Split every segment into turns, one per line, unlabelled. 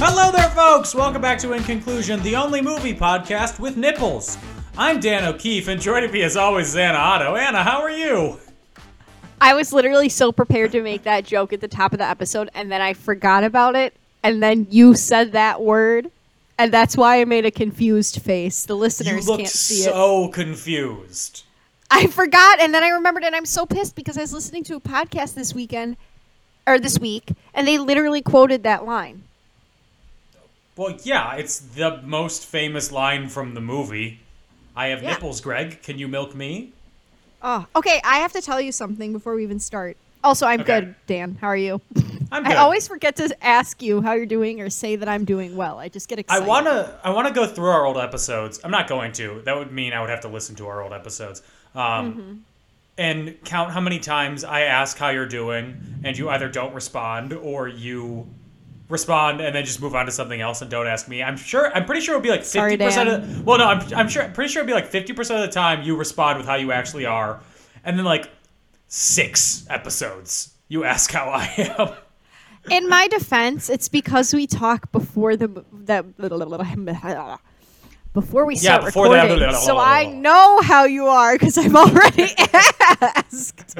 Hello there, folks! Welcome back to In Conclusion, the only movie podcast with nipples. I'm Dan O'Keefe, and joining me as always is Anna Otto. Anna, how are you?
I was literally so prepared to make that joke at the top of the episode, and then I forgot about it, and then you said that word, and that's why I made a confused face. The
You
listeners
looked
can't see it.
so confused.
I forgot, and then I remembered, and I'm so pissed because I was listening to a podcast this weekend or this week, and they literally quoted that line.
Well, yeah, it's the most famous line from the movie. I have
Yeah.
nipples, Greg. Can you milk me?
Oh, okay. I have to tell you something before we even start. Also, I'm
Okay.
good, Dan. How are you?
I'm
I
good.
always forget to ask you how you're doing or say that I'm doing well. I just get
I
excited.
wanna I wanna go through our old episodes. I'm not going to. That would mean I would have to listen to our old episodes. Um, and count how many times I ask how you're doing and you either don't respond or you respond and then just move on to something else and don't ask me. I'm sure I'm pretty sure it'll be like 50%
Sorry,
of Well, no, I'm I'm sure pretty sure it'll be like 50% of the time you respond with how you actually are and then like 6 episodes you ask how I am.
In my defense, it's because we talk before the the before we start
before the-
recording, so I know how you are because I've already asked.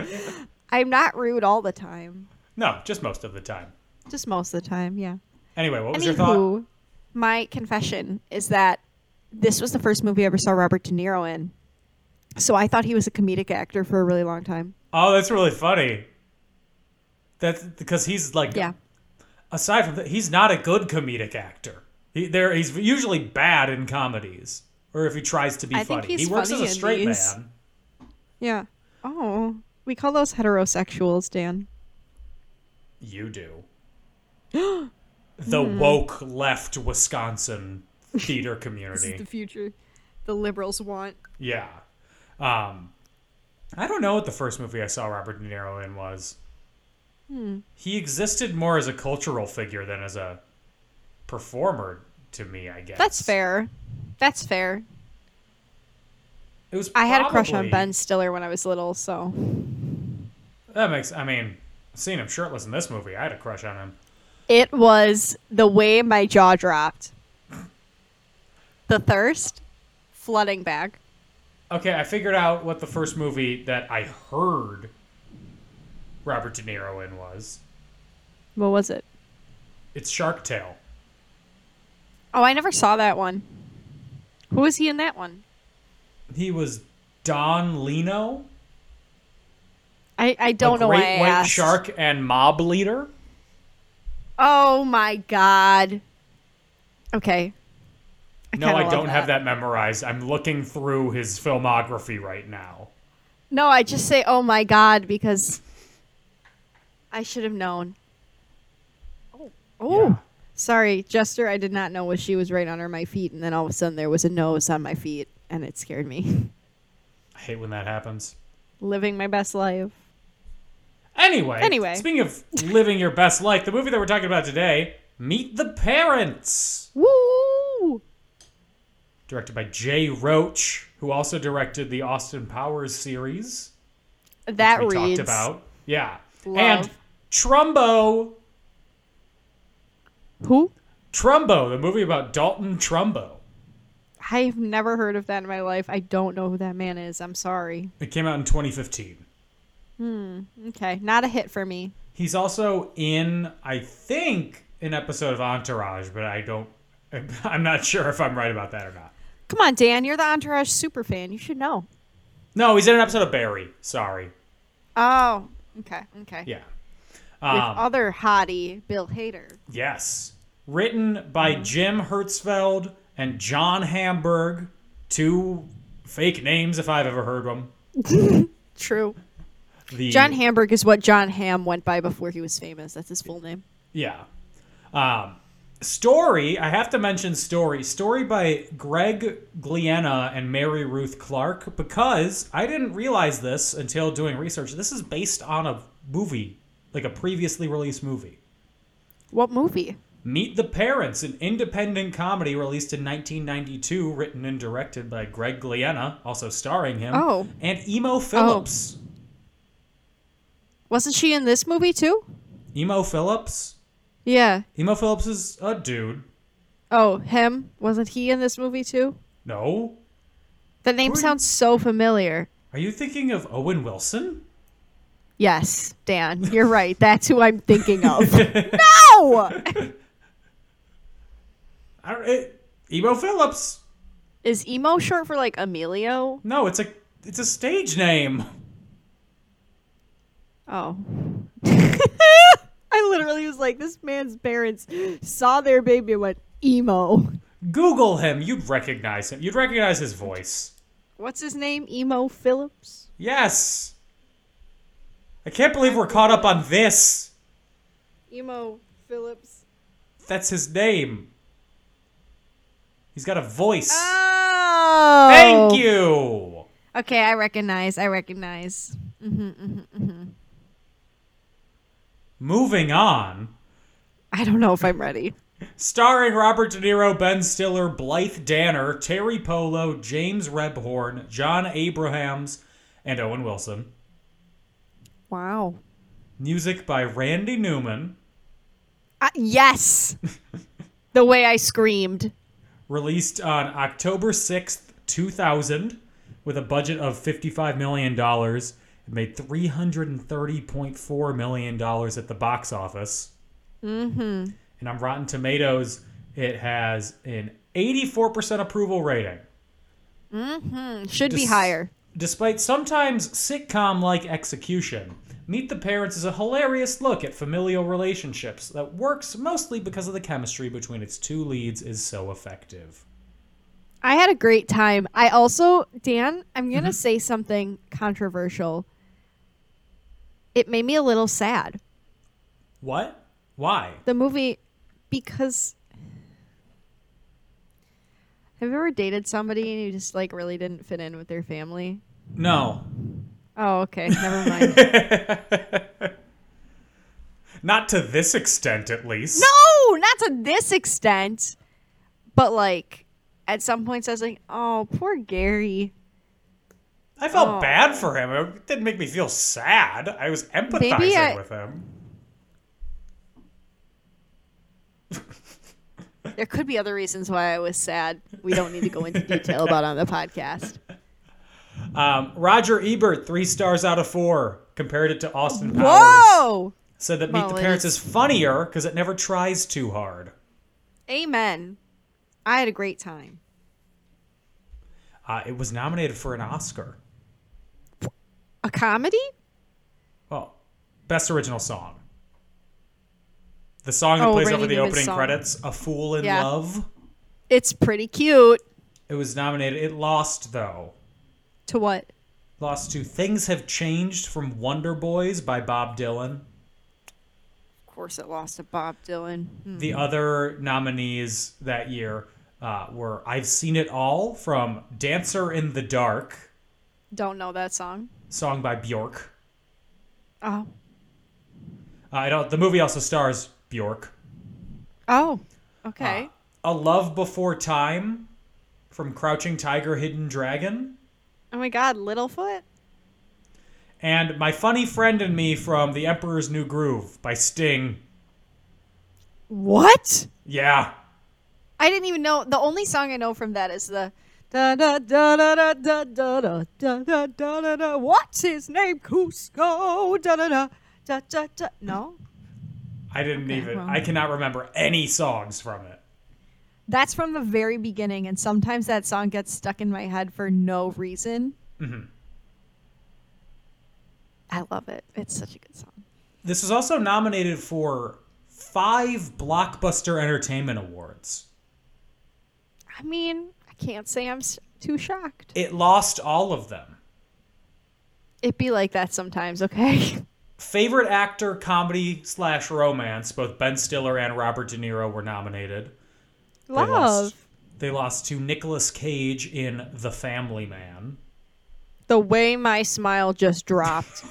I'm not rude all the time,
No, just most of the time.
just most of the time. Yeah.
Anyway, what was your thought?
Anywho, my confession is that this was the first movie I ever saw Robert De Niro in, so I thought he was a comedic actor for a really long time.
Oh, that's really funny. That's because he's like,
Yeah.
aside from that, he's not a good comedic actor. He, there, he's usually bad in comedies, or if he tries to be
I think
funny.
he's
he works
funny
as a
in
straight
these.
man.
Yeah. Oh, we call those heterosexuals, Dan.
You do. the
Hmm.
woke left Wisconsin theater community.
future. The liberals want.
Yeah. Um, I don't know what the first movie I saw Robert De Niro in was.
Hmm.
He existed more as a cultural figure than as a performer to me, I guess.
That's fair. That's fair.
It was
I had a crush on
probably-
Ben Stiller when I was little, so
That makes, I mean, seeing him shirtless in this movie, I had a crush on him.
it was the way my jaw dropped. The thirst flooding back.
Okay, I figured out what the first movie that I heard Robert De Niro in was.
What was it?
It's Shark Tale.
Oh, I never saw that one. Who was he in that one?
He was Don Leno,
I, I don't
the
know
great
why I
white
asked.
shark and mob leader.
Oh my god. Okay.
No,
kinda
I
love
don't have
that.
that memorized. I'm looking through his filmography right now.
No, I just say oh my god because I should have known. Oh, oh. Sorry, Jester, I did not know what she was right under my feet and then all of a sudden there was a nose on my feet and it scared me.
I hate when that happens.
Living my best life.
Anyway,
Anyway.
speaking of living your best life, the movie that we're talking about today, Meet the Parents,
Woo!
directed by Jay Roach, who also directed the Austin Powers series
That
we
reads
talked about. Yeah.
Love.
And Trumbo,
Who?
Trumbo, the movie about Dalton Trumbo.
I have never heard of that in my life. I don't know who that man is. I'm sorry.
It came out in 2015.
Okay, not a hit for me.
He's also in, I think, an episode of Entourage, but I don't. I'm not sure if I'm right about that or not.
Come on, Dan, you're the Entourage super fan. You should know.
No, he's in an episode of Barry. Sorry.
Oh, okay, okay.
Yeah.
With
Um,
other hottie, Bill Hader.
yes. Written by Jim Hertzfeld and John Hamburg, two fake names if I've ever heard them.
True.
The,
John Hamburg is what John Ham went by before he was famous. That's his full name.
Yeah. Um, Story, I have to mention Story. Story by Greg Gliena and Mary Ruth Clark because I didn't realize this until doing research. This is based on a movie, like a previously released movie.
What movie?
Meet the Parents, an independent comedy released in 1992, written and directed by Greg Gliena, also starring him,
Oh.
and Emo Phillips.
Wasn't she in this movie too?
Emo Phillips?
Yeah.
Emo Phillips is a dude.
Oh, him? Wasn't he in this movie too?
No.
The name
Who-
sounds so familiar.
Are you thinking of Owen Wilson?
Yes, Dan, you're right. That's who I'm thinking of. no!
I don't, it, Emo Phillips.
Is emo short for like Emilio?
No, it's a it's a stage name.
Oh. I literally was like, this man's parents saw their baby and went, emo.
Google him. You'd recognize him. You'd recognize his voice.
What's his name? Emo Phillips?
Yes. I can't believe we're caught up on this.
Emo Phillips.
That's his name. He's got a voice.
Oh!
Thank you.
Okay, I recognize. I recognize.
Moving on.
I don't know if I'm ready.
Starring Robert De Niro, Ben Stiller, Blythe Danner, Terry Polo, James Rebhorn, John Abrahams, and Owen Wilson.
Wow.
Music by Randy Newman.
Uh, yes! the way I screamed.
Released on October 6th, 2000, with a budget of $55 million. It made $330.4 million at the box office. Mm-hmm. And on Rotten Tomatoes, it has an 84% approval rating.
Should be
Dis-
higher.
Despite sometimes sitcom like execution, Meet the Parents is a hilarious look at familial relationships that works mostly because of the chemistry between its two leads is so effective.
I had a great time. I also, Dan, I'm
Mm-hmm.
going to say something controversial. It made me a little sad.
What? Why?
The movie, because. Have you ever dated somebody and you just like really didn't fit in with their family?
No.
Oh, okay. Never mind.
Not to this extent, at least.
no, not to this extent. But like, at some points, I was like, oh, poor Gary.
I felt
Oh.
bad for him. It didn't make me feel sad. I was empathizing
Maybe I-
with him.
There could be other reasons why I was sad. We don't need to go into detail about on the podcast.
Um, Roger Ebert, three stars out of four, compared it to Austin Powers.
Whoa!
said that Meet
Well,
the
it
Parents is funnier because it never tries too hard.
Amen. I had a great time.
Uh, it was nominated for an Oscar.
A comedy?
Well, best original song. The song that
Oh,
plays
Randy
over the
Newman's
opening
song.
credits, "A Fool in
Yeah.
Love."
It's pretty cute.
It was nominated. It lost though.
To what?
Lost to "Things Have Changed" from Wonder Boys by Bob Dylan.
Of course, it lost to Bob Dylan. Hmm.
The other nominees that year uh, were "I've Seen It All" from "Dancer in the Dark,"
Don't know that song.
song by Bjork.
Oh.
Uh, I don't. The movie also stars Bjork.
Oh. Okay.
A Love Before Time from Crouching Tiger, Hidden Dragon,
oh my God, Littlefoot.
and My Funny Friend and Me from The Emperor's New Groove by Sting.
What?
Yeah.
I didn't even know. The only song I know from that is the. Da da da da da da da da da da da da da. What's his name? Cusco. Da da da da da da. No,
I didn't even,
well.
I cannot remember any songs from it.
that's from the very beginning, and sometimes that song gets stuck in my head for no reason. I love it. It's such a good song.
This was also nominated for five Blockbuster Entertainment Awards.
I mean, I can't say I'm s- too shocked.
It lost all of them.
It be like that sometimes, okay?
Favorite actor, comedy slash romance. Both Ben Stiller and Robert De Niro were nominated. They
Love.
lost, they lost to Nicolas Cage in The Family Man.
The way my smile just dropped.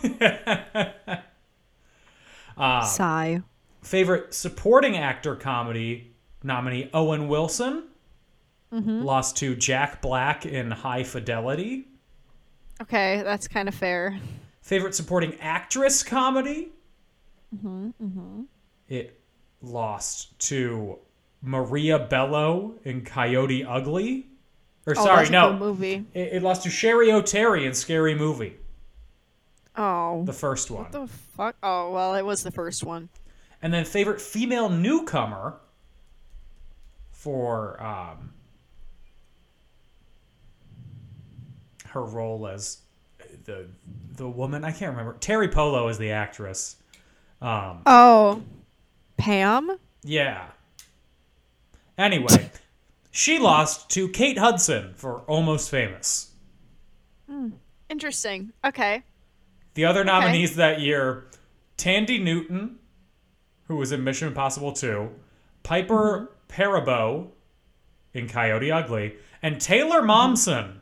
Ah.
Sigh.
Favorite supporting actor comedy nominee Owen Wilson lost to Jack Black in High Fidelity.
Okay, that's kind of fair.
Favorite supporting actress comedy.
Mm-hmm,
It lost to Maria Bello in Coyote Ugly. Or
Oh,
sorry,
that's a good
no,
movie.
it, it lost to Sherry O'Terry in Scary Movie,
Oh.
the first one.
the fuck? Oh, well, it was the first one.
And then favorite female newcomer for um, her role as the the woman I can't remember. Terry Polo is the actress. Um,
Oh. Pam?
yeah. Anyway, she lost to Kate Hudson for Almost Famous.
Interesting. Okay.
The other nominees that year Tandy Newton, who was in Mission Impossible 2, Piper Perabo in Coyote Ugly, and Taylor Momsen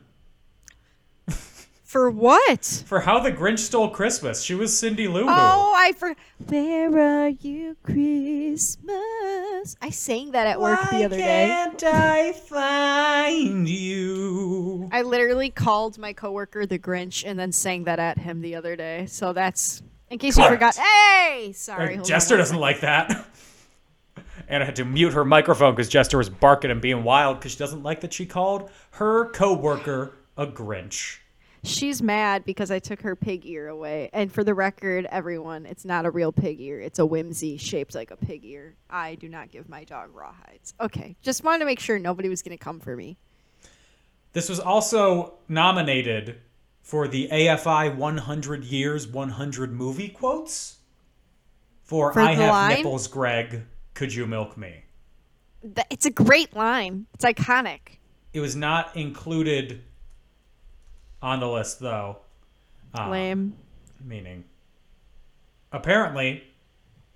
For what?
for How the Grinch Stole Christmas. She was Cindy Lou Who.
Oh, I for Where are you, Christmas? I sang that at work the other day.
can't I find you?
I literally called my coworker the Grinch and then sang that at him the other day. So that's in case you
Correct.
forgot. Hey, sorry. hold
Jester
on.
doesn't like that. And I had to mute her microphone because Jester was barking and being wild because she doesn't like that she called her coworker a Grinch.
She's mad because I took her pig ear away. And for the record, everyone, it's not a real pig ear. It's a whimsy shaped like a pig ear. I do not give my dog rawhides. Okay, just wanted to make sure nobody was going to come for me.
This was also nominated for the AFI 100 Years 100 Movie Quotes for,
For
I
the
Have
line?
Nipples, Greg, Could You Milk Me?
Th- It's a great line. It's iconic.
It was not included on the list, though, Um,
Lame.
meaning apparently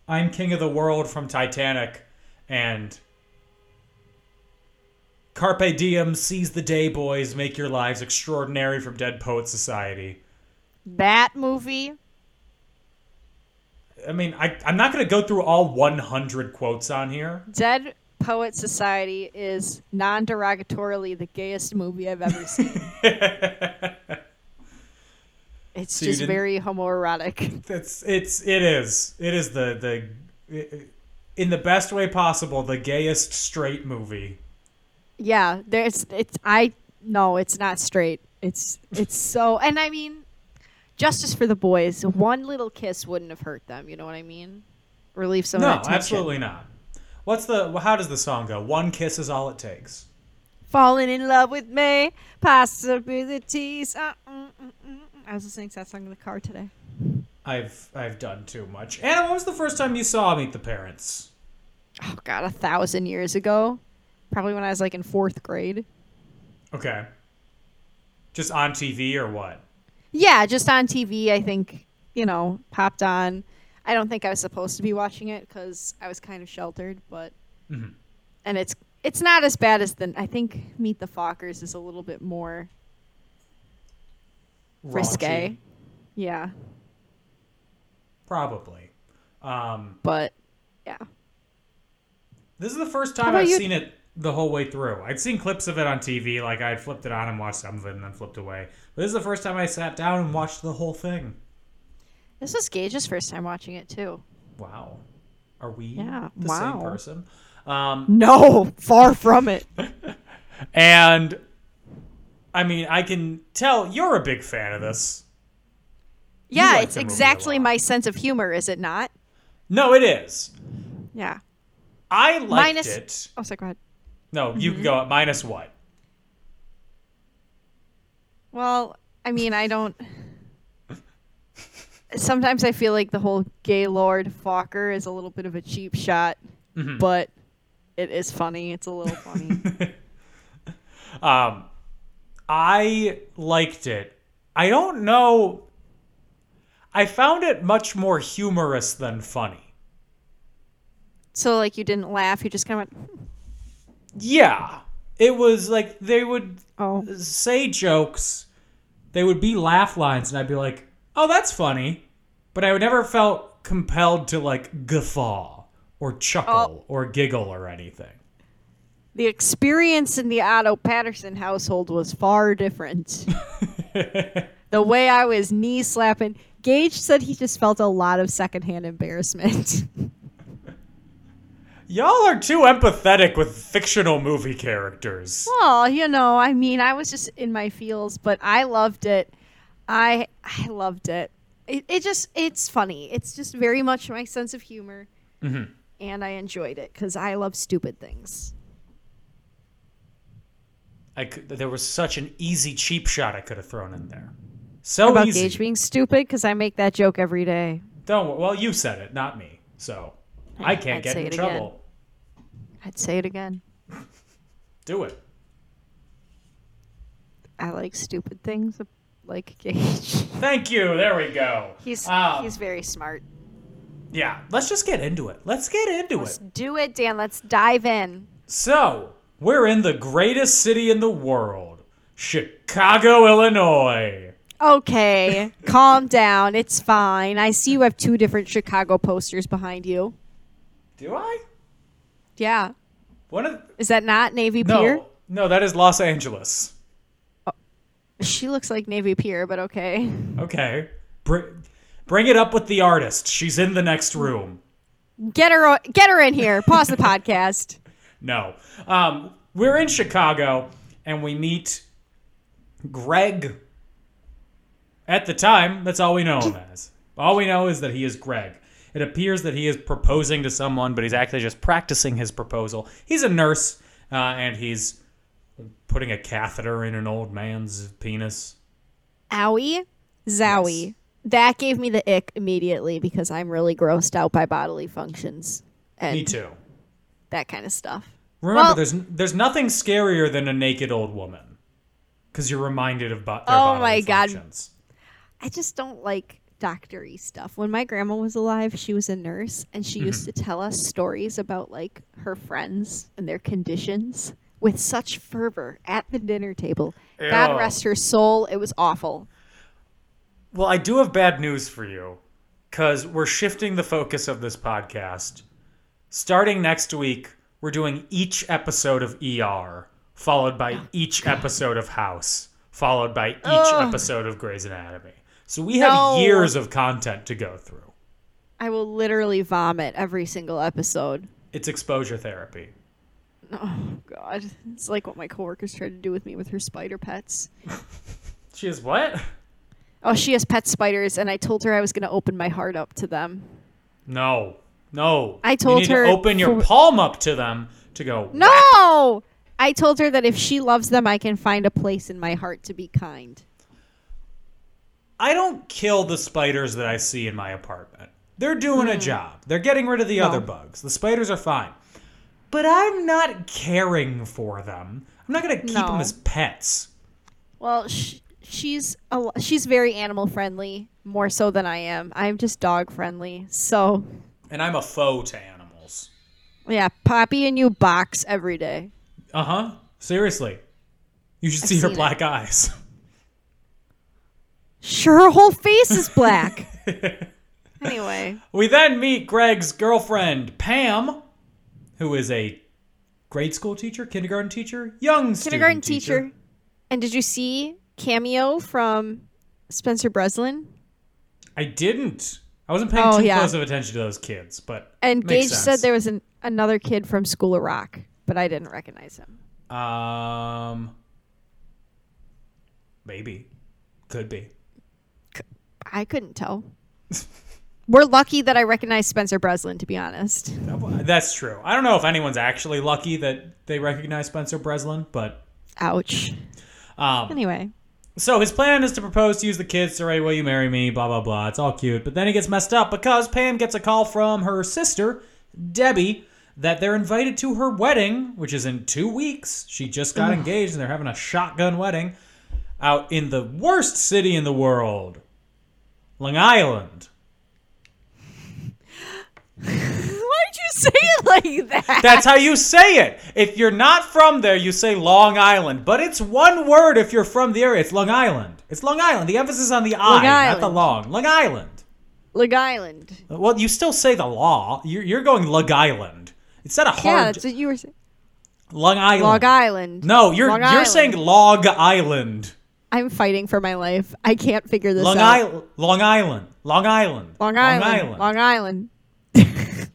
I'm King of the World from Titanic and Carpe Diem, Seize the Day, Boys, Make Your Lives Extraordinary from Dead Poet Society.
That movie.
I mean, I, I'm not going to go through all 100 quotes on here.
Dead Poet Society is non derogatorily the gayest movie I've ever seen. it's
So you
just
didn't-
very homoerotic.
It's it's it is it is the the in the best way possible the gayest straight movie.
Yeah, there's it's I no, it's not straight. It's it's so and I mean justice for the boys. One little kiss wouldn't have hurt them, you know what I mean? Relieve some
No,
of that tension.
absolutely not. What's the how does the song go? One kiss is all it takes.
Falling in love with me, possibilities. Uh, mm, mm, mm. I was listening to that song in the car today.
I've I've done too much. Anna, when was the first time you saw Meet the Parents?
Oh god, a thousand years ago. Probably when I was like in fourth grade.
Okay. Just on TV or what?
Yeah, just on TV, I think, you know, popped on. I don't think I was supposed to be watching it because I was kind of sheltered, but.
Mm-hmm.
And it's it's not as bad as the. I think Meet the Fockers is a little bit more risque.
Raunchy?
Yeah,
Probably. Um,
but. Yeah.
This is the first time
about
I've
you?
seen it the whole way through. I'd seen clips of it on TV, like I'd flipped it on and watched some of it and then flipped away. But this is the first time I sat down and watched the whole thing.
This was Gage's first time watching it, too.
Wow. Are we
Yeah,
the
wow.
same person? Um,
No, far from it.
and I mean, I can tell you're a big fan of this.
Yeah,
like
it's
the movie a
exactly
lot.
my sense of humor, is it not?
No, it is.
Yeah.
I liked
Minus-
it.
Oh, sorry, go ahead.
No, you can go at minus what?
Well, I mean, I don't. Sometimes I feel like the whole Gaylord Fokker is a little bit of a cheap shot, but it is funny. It's a little funny.
Um, I liked it. I don't know. I found it much more humorous than funny.
So like you didn't laugh, you just kind of went,
Yeah. It was like they would
oh,
say jokes, they would be laugh lines, and I'd be like, oh, that's funny. But I would never felt compelled to like guffaw or chuckle or giggle or anything.
the experience in the Otto Patterson household was far different. the way I was knee slapping, Gage said he just felt a lot of secondhand embarrassment.
Y'all are too empathetic with fictional movie characters.
Well, you know, I mean, I was just in my feels, but I loved it. I I loved it. It, it just it's funny. It's just very much my sense of humor,
Mm-hmm.
and I enjoyed it because I love stupid things.
I could, there was such an easy cheap shot I could have thrown in there. So
About
easy.
Gage being stupid because I make that joke every day.
Don't. wor- Well, you said it, not me. So I can't
I'd
get
say
in
it again.
trouble.
I'd say it again.
Do it.
I like stupid things like Gage.
Thank you. There we go.
He's
Ah.
he's very smart.
Yeah. Let's just get into it. Let's get into it.
Do it, Dan. Let's dive in.
So, we're in the greatest city in the world, Chicago, Illinois.
Okay, calm down. It's fine. I see you have two different Chicago posters behind you.
Do I?
Yeah.
One of
Is that not Navy
no,
Pier?
no, that is Los Angeles.
She looks like Navy Pier, but okay.
Okay, Br- bring it up with the artist. She's in the next room.
Get her o- get her in here. Pause the podcast.
No. Um, we're in Chicago and we meet Greg. At the time, that's all we know him as. All we know is that he is Greg. It appears that he is proposing to someone, but he's actually just practicing his proposal. He's a nurse uh, and he's putting a catheter in an old man's penis.
Owie. Zowie. That gave me the ick immediately because I'm really grossed out by bodily functions
Me
and
too.
that kind of stuff.
Remember,
Well-
there's there's nothing scarier than a naked old woman, because you're reminded of bo- their
Oh
bodily
my God.
functions.
I just don't like doctory stuff. When my grandma was alive, she was a nurse and she used to
Mm-hmm.
tell us stories about like her friends and their conditions with such fervor at the dinner table. God
Ew.
rest her soul. It was awful.
Well, I do have bad news for you because we're shifting the focus of this podcast. Starting next week, we're doing each episode of ER, followed by
Oh,
each episode of House, followed by each episode of Grey's Anatomy. So we have
No.
years of content to go through.
I will literally vomit every single episode. Oh,
It's exposure therapy.
God, it's like what my coworkers tried to do with me with her spider pets.
She is what?
Oh, she has pet spiders, and I told her I was going to open my heart up to them.
No, no.
I told
you need
her
to open your
for-
palm up to them to go.
No! I told her that if she loves them, I can find a place in my heart to be kind.
I don't kill the spiders that I see in my apartment. They're doing
Hmm.
a job. They're getting rid of the other bugs. The spiders are fine. But I'm not caring for them. I'm not going to keep
No.
them as pets.
Well, sh- she's a lo- she's very animal friendly, more so than I am. I'm just dog friendly. So,
And I'm a foe to animals.
yeah, Poppy and you box every day.
Uh huh. Seriously. You should see her
seen it.
black eyes.
Sure, her whole face is black. anyway,
We then meet Greg's girlfriend, Pam, who is a grade school teacher, kindergarten teacher, young student
kindergarten teacher. And did you see cameo from Spencer Breslin?
I didn't. I wasn't paying
Oh,
too
yeah.
close of attention to those kids, but
And
makes
Gage said
sense.
there was an, another kid from School of Rock, but I didn't recognize him.
Um, maybe, could be.
I couldn't tell. We're lucky that I recognized Spencer Breslin, to be honest.
That's true. I don't know if anyone's actually lucky that they recognize Spencer Breslin, but
Ouch.
um,
Anyway,
so his plan is to propose to use the kids to write "Will you marry me?" Blah blah blah. It's all cute, but then he gets messed up because Pam gets a call from her sister Debbie that they're invited to her wedding, which is in two weeks. She just got engaged, and they're having a shotgun wedding out in the worst city in the world, Long Island.
Why'd you say it like that?
That's how you say it. If you're not from there, you say Long Island, but it's one word if you're from the area. It's Long Island. It's Long Island. The emphasis on the I,
Long
not the
Island.
long. Long Island.
Long Island.
Well, you still say the law. You're, you're going Long Island. It's not a
Yeah,
hard
that's what you were saying.
Long Island.
Long Island.
No, you're
Long
you're
Island.
saying Log Island.
I'm fighting for my life. I can't figure this
Long
out.
Island. Long Island. Long Island.
Long Island. Long Island.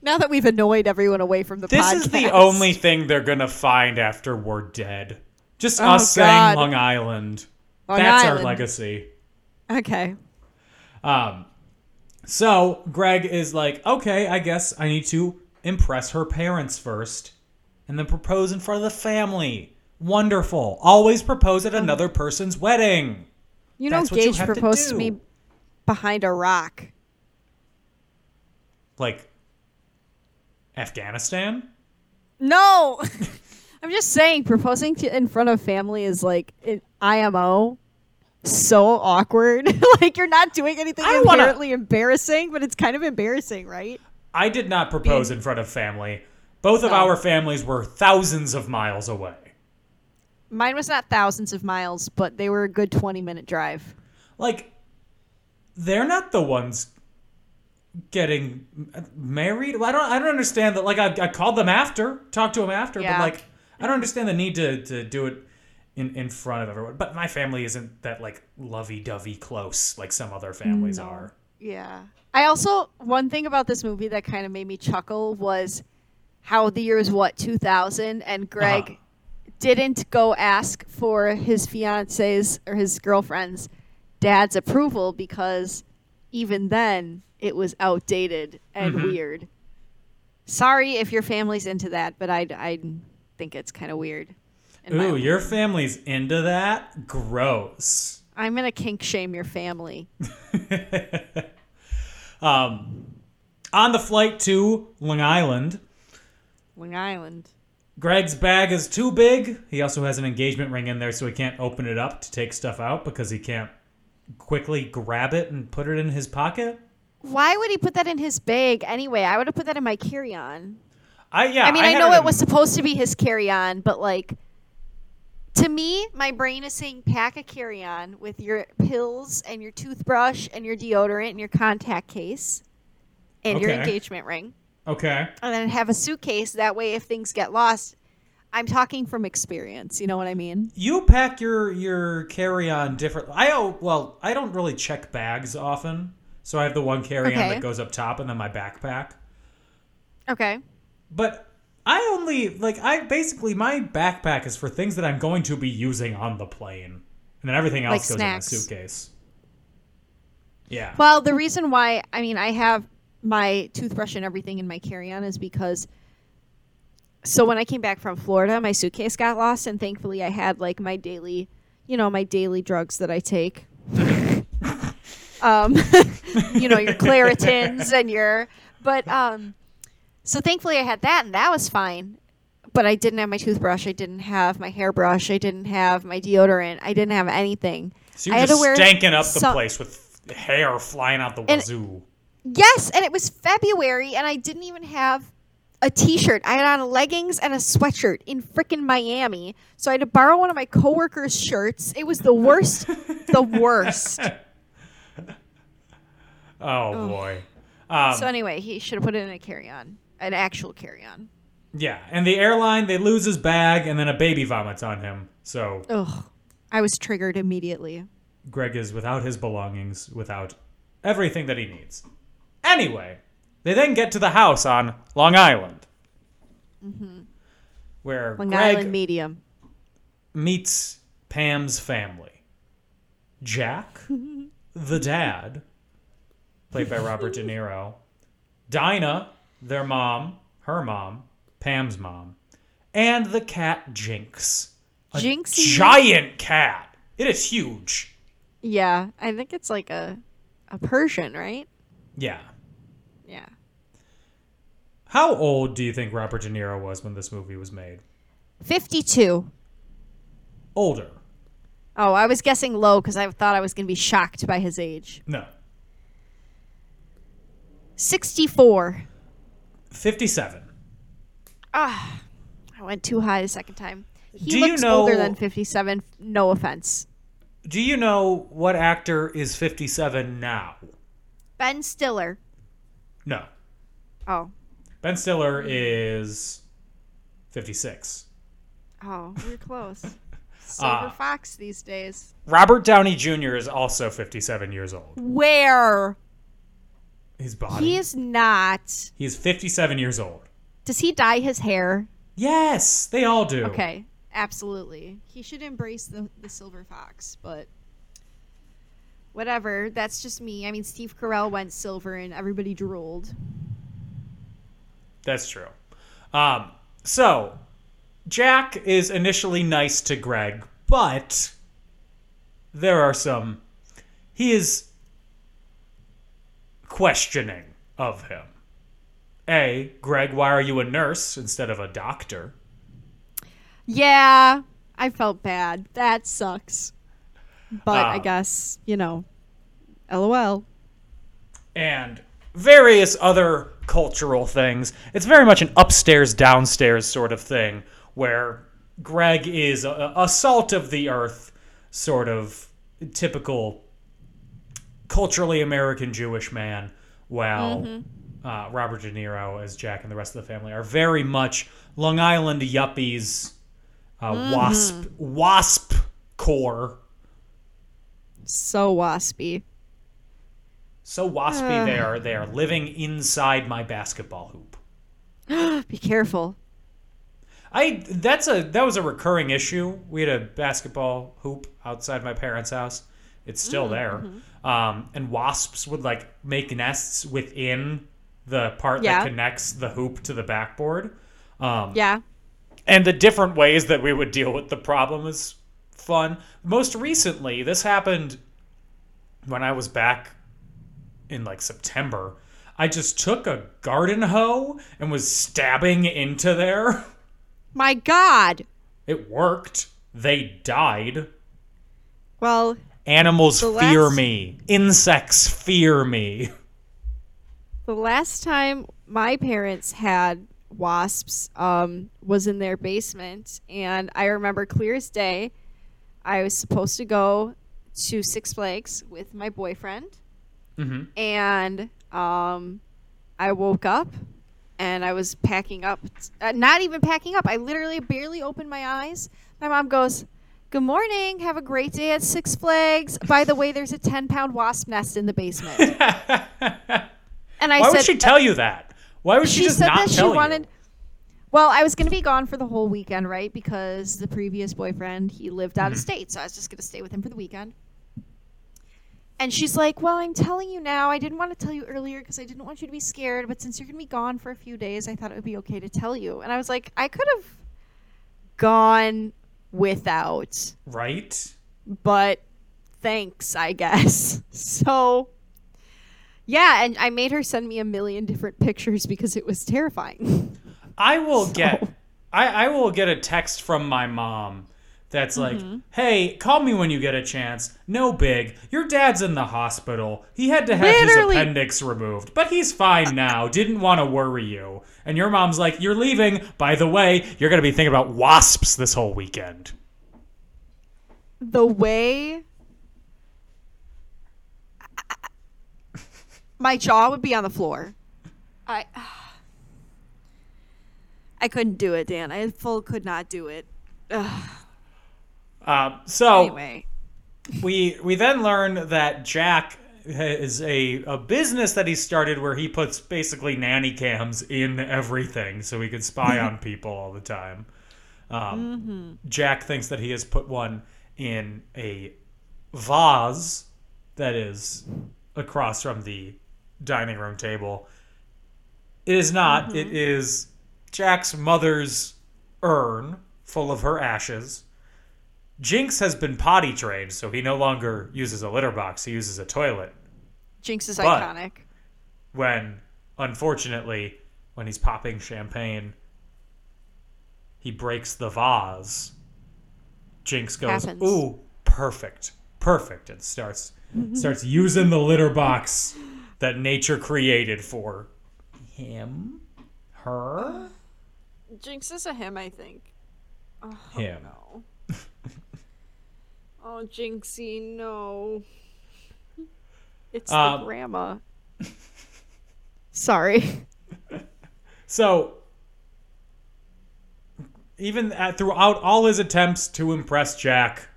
now that we've annoyed everyone away from the
This
podcast.
is the only thing they're gonna find after we're dead. Just
Oh,
us saying
God.
Long Island.
Long
That's our
Island.
legacy.
Okay.
Um, so Greg is like, okay, I guess I need to impress her parents first and then propose in front of the family. Wonderful. Always propose at another person's wedding.
You know,
That's what you
Gage
have to
proposed to, me
do.
behind a rock.
Like Afghanistan?
No, I'm just saying, proposing to, in front of family is like an IMO. So awkward. like you're not doing anything
I wanna-
apparently embarrassing, but it's kind of embarrassing, right?
I did not propose in front of family. Both of our families were thousands of miles away.
Mine was not thousands of miles, but they were a good 20 minute drive.
Like, they're not the ones getting married. I don't. I don't understand that. Like, I, I called them after, talked to them after,
Yeah.
but like, I don't understand the need to to do it in in front of everyone. But my family isn't that like lovey dovey close like some other families are.
Yeah. I also one thing about this movie that kind of made me chuckle was how the year is what 2000 and Greg
Uh-huh.
didn't go ask for his fiance's or his girlfriend's dad's approval because even then it was outdated and weird. Sorry if your family's into that, but I I think it's kind of weird. in my
Ooh,
own-
your family's into that? Gross.
I'm gonna kink shame your family.
On the flight to Long Island,
Long Island.
Greg's bag is too big. He also has an engagement ring in there, so he can't open it up to take stuff out because he can't quickly grab it and put it in his pocket.
Why would he put that in his bag anyway? I would have put that in my carry-on.
I yeah.
I mean, I,
had
know
in-
it was supposed to be his carry on, but like, to me, my brain is saying pack a carry on with your pills and your toothbrush and your deodorant and your contact case and your
Okay.
engagement ring.
okay.
And then have a suitcase. That way, if things get lost, I'm talking from experience. You know what I mean?
You pack your your carry on different. I oh well, I don't really check bags often, so I have the one carry on
Okay.
that goes up top and then my backpack.
Okay.
But I only like I basically my backpack is for things that I'm going to be using on the plane, and then everything else
Like
goes
snacks.
in a suitcase. Yeah.
Well, the reason why I mean I have my toothbrush and everything in my carry-on is because so when I came back from Florida, my suitcase got lost and thankfully I had like my daily, you know, my daily drugs that I take. um you know, your Claritins and your but um so thankfully I had that and that was fine. But I didn't have my toothbrush, I didn't have my hairbrush, I didn't have my deodorant, I didn't have anything.
So you're
I had
just
to wear
stanking up the
some-
place with hair flying out the
And-
wazoo.
Yes, and it was February, and I didn't even have a T-shirt. I had on leggings and a sweatshirt in frickin' Miami, so I had to borrow one of my coworkers' shirts. It was the worst, the worst.
Oh, boy. Um,
So anyway, he should have put it in a carry-on, an actual carry-on.
Yeah, and the airline they lose his bag, and then a baby vomits on him. So
Ugh, I was triggered immediately.
Greg is without his belongings, without everything that he needs. Anyway, they then get to the house on Long Island, where
Mm-hmm. Long
Greg
Island medium.
meets Pam's family. Jack, the dad, played by Robert De Niro. Dinah, their mom, her mom, Pam's mom, and the cat Jinx.
Jinxie.
Giant cat. It is huge.
yeah, I think it's like a, a Persian, right?
Yeah.
Yeah.
How old do you think Robert De Niro was when this movie was made?
Fifty-two.
Older.
Oh, I was guessing low because I thought I was going to be shocked by his age.
No.
64.
57.
Ah, I went too high the second time. He
Do you
looks older
know-
than 57. No offense.
Do you know what actor is 57 now?
Ben Stiller.
No.
Oh.
Ben Stiller is 56.
Oh, we are close. Silver
Ah.
Fox these days.
Robert Downey Jr. is also 57 years old.
Where?
His body.
He is not.
He's 57 years old.
Does he dye his hair?
Yes, they all do.
Okay, absolutely. He should embrace the, the silver fox, but whatever. That's just me. I mean, Steve Carell went silver and everybody drooled.
That's true. Um, so, Jack is initially nice to Greg, but there are some. He is questioning of him. A, Greg, why are you a nurse instead of a doctor?
Yeah, I felt bad. That sucks. But I guess, you know, lol.
and various other cultural things. It's very much an upstairs downstairs sort of thing where Greg is a, a salt of the earth sort of typical culturally American Jewish man, while uh, Robert De Niro as Jack and the rest of the family are very much Long Island yuppies, uh, wasp wasp core.
So waspy.
So waspy they are. They are living inside my basketball hoop.
Be careful.
I that's a that was a recurring issue. We had a basketball hoop outside my parents' house. It's still there. Um, and wasps would like make nests within the part
Yeah.
that connects the hoop to the backboard. Um,
Yeah.
and the different ways that we would deal with the problem is fun. Most recently, this happened when I was back in like September. I just took a garden hoe and was stabbing into there.
My God.
It worked. They died.
Well,
Animals
The
fear
last-
me. Insects fear me.
The last time my parents had wasps um, was in their basement, and I remember clear as day. I was supposed to go to Six Flags with my boyfriend,
Mm-hmm.
and um, I woke up and I was packing up. Uh, not even packing up. I literally barely opened my eyes. My mom goes. Good morning. Have a great day at Six Flags. By the way, there's a 10 pound wasp nest in the basement. And I
Why
said,
would she tell you that? Why would she,
she
just
said
not
that she
tell
wanted.
you?
Well, I was gonna be gone for the whole weekend, right? Because the previous boyfriend he lived out of
Mm-hmm.
state, so I was just gonna stay with him for the weekend. And she's like, "Well, I'm telling you now. I didn't want to tell you earlier because I didn't want you to be scared, but since you're gonna be gone for a few days, I thought it would be okay to tell you." And I was like, "I could have gone without,
Right?
but thanks, I guess." So. Yeah, and I made her send me a million different pictures because it was terrifying.
I will get I, I will get a text from my mom that's like,
Mm-hmm.
Hey, call me when you get a chance. No big. Your dad's in the hospital. He had to have
Literally.
his appendix removed, but he's fine now. Didn't want to worry you. And your mom's like, You're leaving. By the way, you're gonna be thinking about wasps this whole weekend.
the way my jaw would be on the floor. I I couldn't do it, Dan. I full could not do it.
Um,
Oh.
so
Anyway,
we we then learn that Jack is a, a business that he started where he puts basically nanny cams in everything so he can spy on people all the time. Um, Jack thinks that he has put one in a vase that is across from the dining room table. It is not. It is Jack's mother's urn full of her ashes. Jinx has been potty trained, so he no longer uses a litter box. He uses a toilet.
Jinx is
But-
iconic.
When, unfortunately, when he's popping champagne, he breaks the vase. Jinx goes,
Happens.
"Ooh, perfect, perfect," and starts starts using the litter box that nature created for him, her,
Jinx is a him, I think.
him.
No. oh, Jinxie, no. It's
Um,
the grandma. Sorry.
So, even at, throughout all his attempts to impress Jack,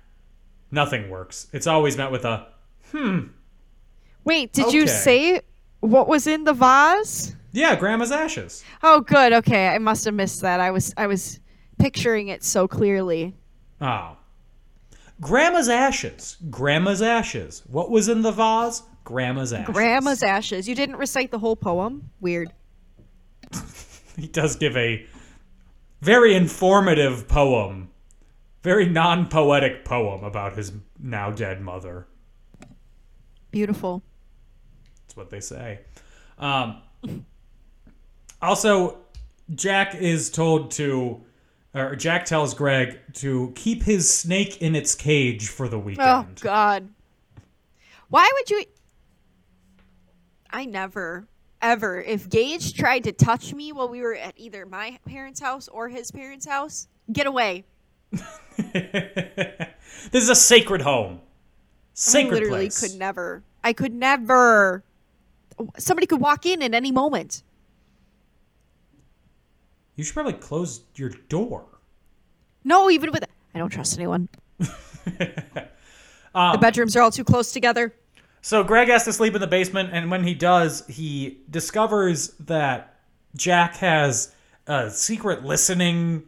nothing works. It's always met with a
Wait, did
Okay.
you say what was in the vase?
yeah, grandma's ashes.
Oh, good. Okay, I must have missed that. I was I was picturing it so clearly.
Oh. Grandma's ashes. Grandma's ashes. What was in the vase? Grandma's ashes.
Grandma's ashes. You didn't recite the whole poem. Weird.
He does give a very informative poem, very non poetic poem about his now dead mother.
Beautiful.
That's what they say. Um, also, Jack is told to, or Jack tells Greg to keep his snake in its cage for the
Oh
weekend.
God. Why would you? I never, ever. If Gage tried to touch me while we were at either my parents' house or his parents' house, get away.
this is a sacred home. Sacred
I literally
place.
could never. I could never. Somebody could walk in at any moment.
You should probably close your door.
No, even with. I don't trust anyone.
Um,
the bedrooms are all too close together.
So Greg has to sleep in the basement, and when he does, he discovers that Jack has a secret listening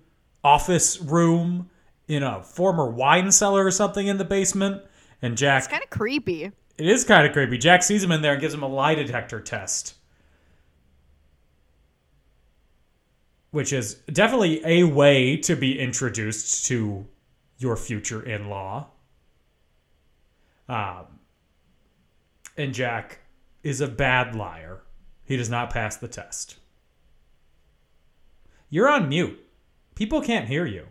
office room in a former wine cellar or something in the basement. And Jack,
It's kind of creepy.
it is kind of creepy. Jack sees him in there and gives him a lie detector test, which is definitely a way to be introduced to your future in law. Um, and Jack is a bad liar. He does not pass the test. You're on mute. People can't hear you.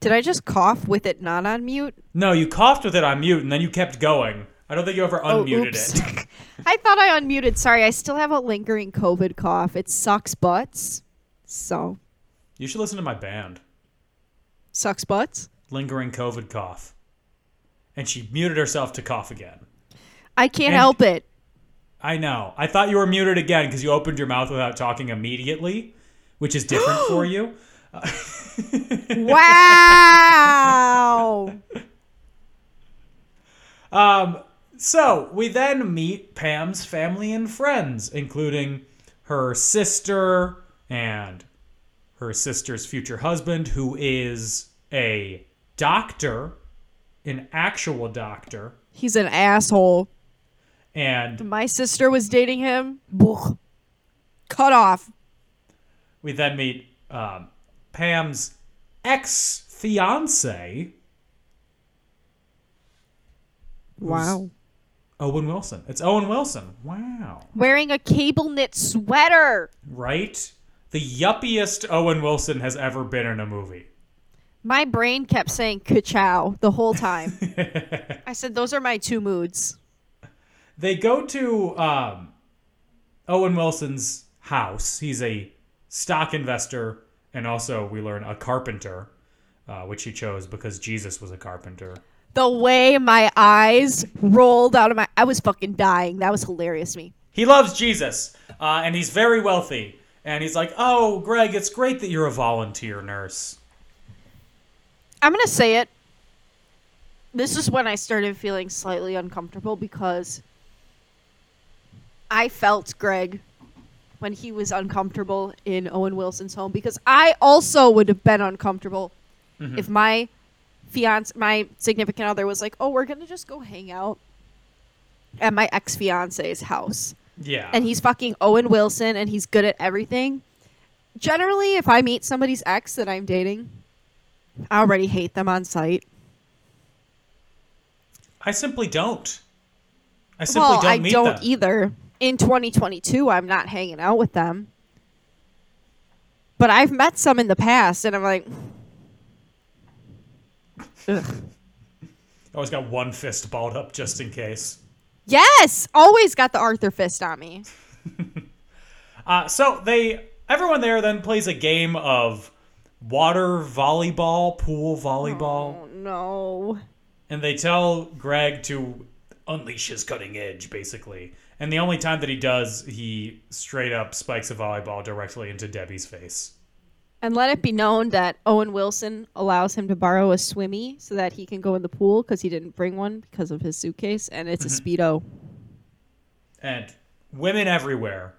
Did I just cough with it not on mute?
No, you coughed with it on mute and then you kept going. I don't think you ever unmuted
Oh, oops.
it.
I thought I unmuted. Sorry, I still have a lingering COVID cough. It sucks butts. So,
You should listen to my band,
sucks butts.
Lingering COVID Cough. And she muted herself to cough again.
I can't
And-
help it.
I know. I thought you were muted again because you opened your mouth without talking immediately, which is different for you.
Wow.
So we then meet Pam's family and friends, including her sister and her sister's future husband, who is a doctor, an actual doctor,
He's an asshole.
and
My sister was dating him. Blech. Cut off.
We then meet um, Pam's ex fiance,
Wow.
Owen Wilson. It's Owen Wilson. Wow.
Wearing a cable knit sweater.
Right? The yuppiest Owen Wilson has ever been in a movie.
My brain kept saying ka-chow the whole time. I said, those are my two moods.
They go to um, Owen Wilson's house. He's a stock investor and also, we learn, a carpenter, uh, which he chose because Jesus was a carpenter.
The way my eyes rolled out of my... I was fucking dying. That was hilarious to me.
He loves Jesus, uh, and he's very wealthy. And he's like, "Oh, Greg, it's great that you're a volunteer nurse."
I'm gonna say it. This is when I started feeling slightly uncomfortable because I felt Greg when he was uncomfortable in Owen Wilson's home because I also would have been uncomfortable if my fiance, my significant other, was like, "Oh, we're gonna just go hang out at my ex fiance's house."
Yeah,
and he's fucking Owen Wilson and he's good at everything. Generally, if I meet somebody's ex that I'm dating, I already hate them on sight.
I simply don't. I simply
Well,
don't
I
meet
don't
them.
either. In 2022, I'm not hanging out with them. But I've met some in the past and I'm like,
I always got one fist balled up just in case.
Yes, always got the Arthur fist on me.
Uh, so they everyone there then plays a game of water volleyball, pool volleyball,
Oh. No.
and they tell Greg to unleash his cutting edge, basically. And the only time that he does, he straight up spikes a volleyball directly into Debbie's face.
And let it be known that Owen Wilson allows him to borrow a swimmy so that he can go in the pool because he didn't bring one because of his suitcase, and it's
Mm-hmm.
a speedo.
And women everywhere,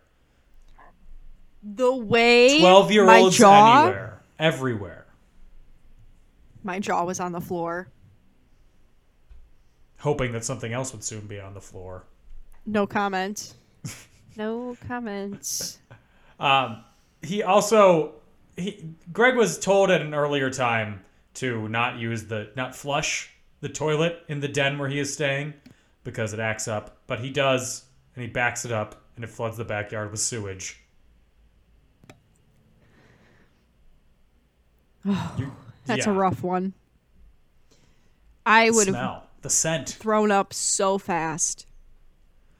The way
twelve year
my
olds
jaw,
anywhere, everywhere.
my jaw was on the floor.
hoping that something else would soon be on the floor.
No comment. no comment.
He also he Greg was told at an earlier time to not use the not flush the toilet in the den where he is staying because it acts up, but he does and he backs it up and it floods the backyard with sewage. You-
Oh, That's a
yeah.
rough one. I would have
smell. The scent.
thrown up so fast.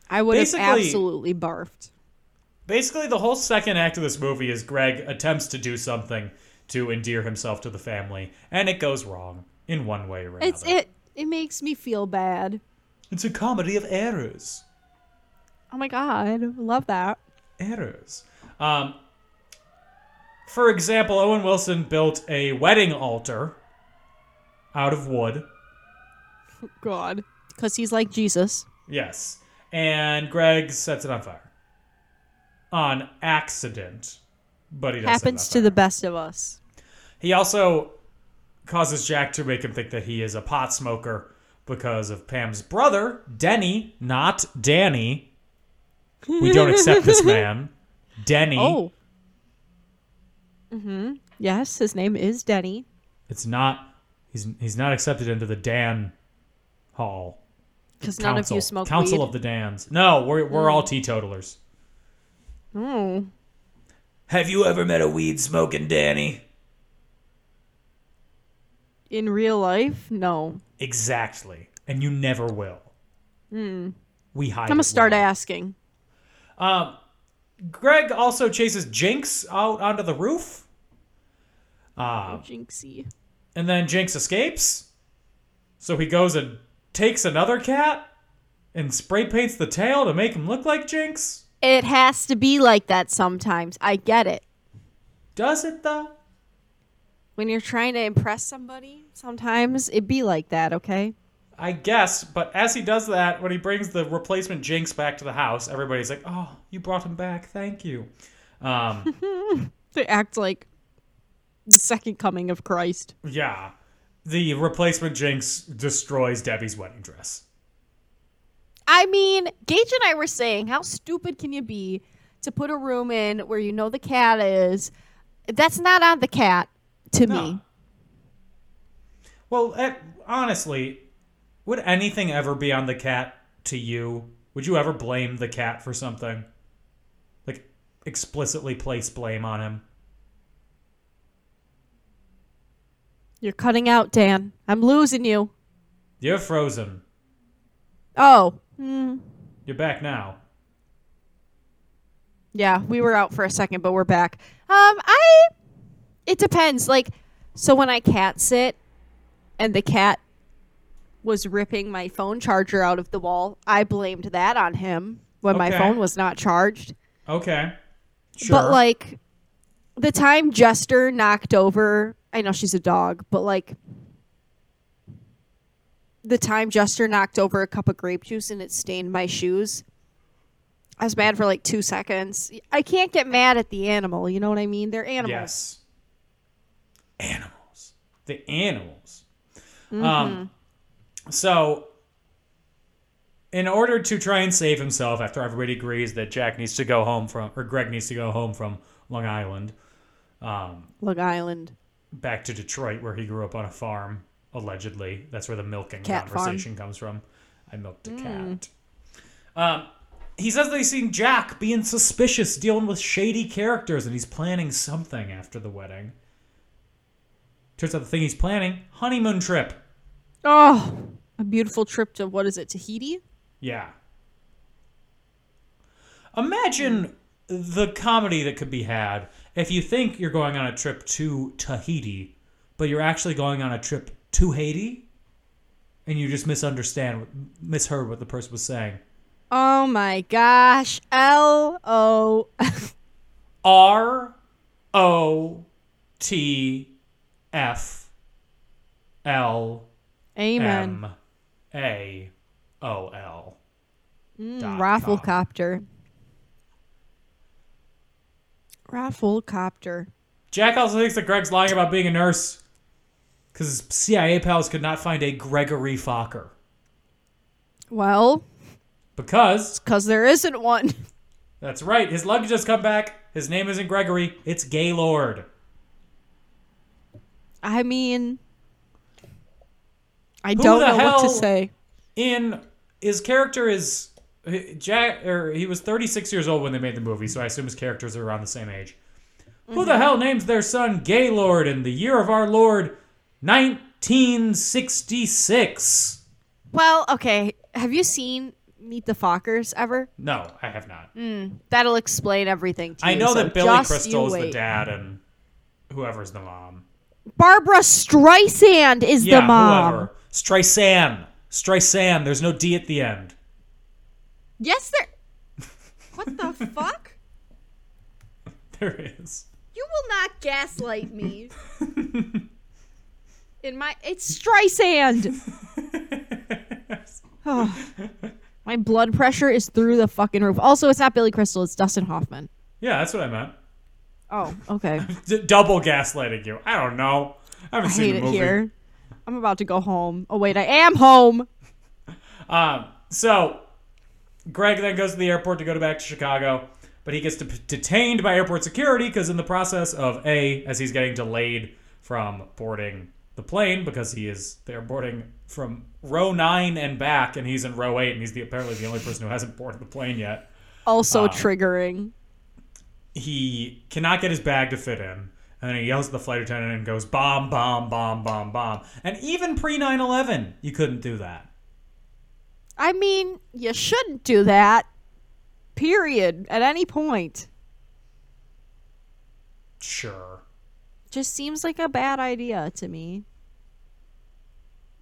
I would have
Basically-
absolutely barfed.
Basically, the whole second act of this movie is Greg attempts to do something to endear himself to the family, and it goes wrong in one way or another.
It's it. It makes me feel bad.
It's a comedy of errors.
Oh my god, love that.
Errors. Um, for example, Owen Wilson built a wedding altar out of wood.
God, because he's like Jesus.
Yes. And Greg sets it on fire. On accident. But he does set it on
Happens to
fire.
the best of us.
He also causes Jack to make him think that he is a pot smoker because of Pam's brother, Denny, not Danny. We don't accept this man. Denny.
Oh. Mm-hmm. Yes, his name is Denny.
It's not he's he's not accepted into the Dan Hall.
Because
Council.
none of you smoke
Council
weed.
of the Dans. No, we're we're all teetotalers.
Mm.
Have you ever met a weed smoking Danny?
In real life, no.
Exactly. And you never will. We hide.
I'm gonna
it
Mm. start
well.
asking.
Greg also chases Jinx out onto the roof,
Jinxie.
and then Jinx escapes. So he goes and takes another cat and spray paints the tail to make him look like Jinx.
It has to be like that sometimes. I get it.
Does it though?
When you're trying to impress somebody, sometimes it be like that. Okay.
I guess, but as he does that, when he brings the replacement Jinx back to the house, everybody's like, "Oh, you brought him back. Thank you." Um,
They act like the second coming of Christ.
yeah. The replacement Jinx destroys Debbie's wedding dress.
I mean, Gage and I were saying, how stupid can you be to put a room in where you know the cat is? That's not on the cat to me.
Well, eh, honestly, would anything ever be on the cat to you? Would you ever blame the cat for something? Like, explicitly place blame on him?
You're cutting out, Dan. I'm losing you.
You're frozen.
Oh,
You're back now.
yeah, we were out for a second, but we're back. Um, I. It depends. Like, so when I cat sit, and the cat was ripping my phone charger out of the wall, I blamed that on him when my
Okay.
phone was not charged.
Okay. Sure.
But like the time Jester knocked over, I know she's a dog, but like the time Jester knocked over a cup of grape juice and it stained my shoes. I was mad for like two seconds. I can't get mad at the animal. You know what I mean? They're animals.
Yes. Animals. The animals. Um, so, in order to try and save himself, after everybody agrees that Jack needs to go home from, or Greg needs to go home from Long Island,
Long Island.
back to Detroit, where he grew up on a farm, allegedly. That's where the milking
Cat farm. Hmm.
conversation comes from. I milked a cat. Um, he says that he's seen Jack being suspicious, dealing with shady characters, and he's planning something after the wedding. Turns out the thing he's planning honeymoon trip.
Oh, a beautiful trip to what is it, Tahiti?
Yeah, Imagine the comedy that could be had if you think you're going on a trip to Tahiti, but you're actually going on a trip to Haiti, and you just misunderstand, misheard what the person was saying.
Oh my gosh. L O.
R O T F L
Amen.
M A O L. dot com.
Rafflecopter. Rafflecopter.
Jack also thinks that Greg's lying about being a nurse because his CIA pals could not find a Gregory Fokker.
Well,
Because,
because there isn't one.
that's right, his luggage has come back. His name isn't Gregory, it's Gaylord.
I mean, I
Who
don't
the
know what
hell-
to say.
In his character is Jack, or he was 36 years old when they made the movie, so I assume his characters are around the same age. Who the hell names their son Gaylord in the year of our Lord 1966?
Well, okay. Have you seen Meet the Fockers ever?
No, I have not.
That'll explain everything to
I
you.
know
so
that Billy
just
Crystal
you
is the
wait.
dad and whoever's the mom.
Barbara Streisand is
Yeah,
the mom.
whoever. Streisand. Streisand. There's no D at the end.
Yes, there. What the fuck?
There is.
You will not gaslight me. In my, it's Streisand. Oh, my blood pressure is through the fucking roof. Also, it's not Billy Crystal. It's Dustin Hoffman.
Yeah, that's what I meant.
Oh, okay.
D- double gaslighting you. I don't know. I haven't
I
seen
hate
the
it
movie.
here. I'm about to go home. Oh wait, I am home.
Um, so Greg then goes to the airport to go to back to Chicago, but he gets de- detained by airport security because in the process of a as he's getting delayed from boarding the plane because he is they're boarding from row nine and back, and he's in row eight, and he's the, apparently the only person who hasn't boarded the plane yet.
Also
Ah.
triggering.
he cannot get his bag to fit in. And then he yells at the flight attendant and goes, bomb, bomb, bomb, bomb, bomb. And even pre 9 11, you couldn't do that.
I mean, you shouldn't do that. Period. At any point,
Sure.
just seems like a bad idea to me.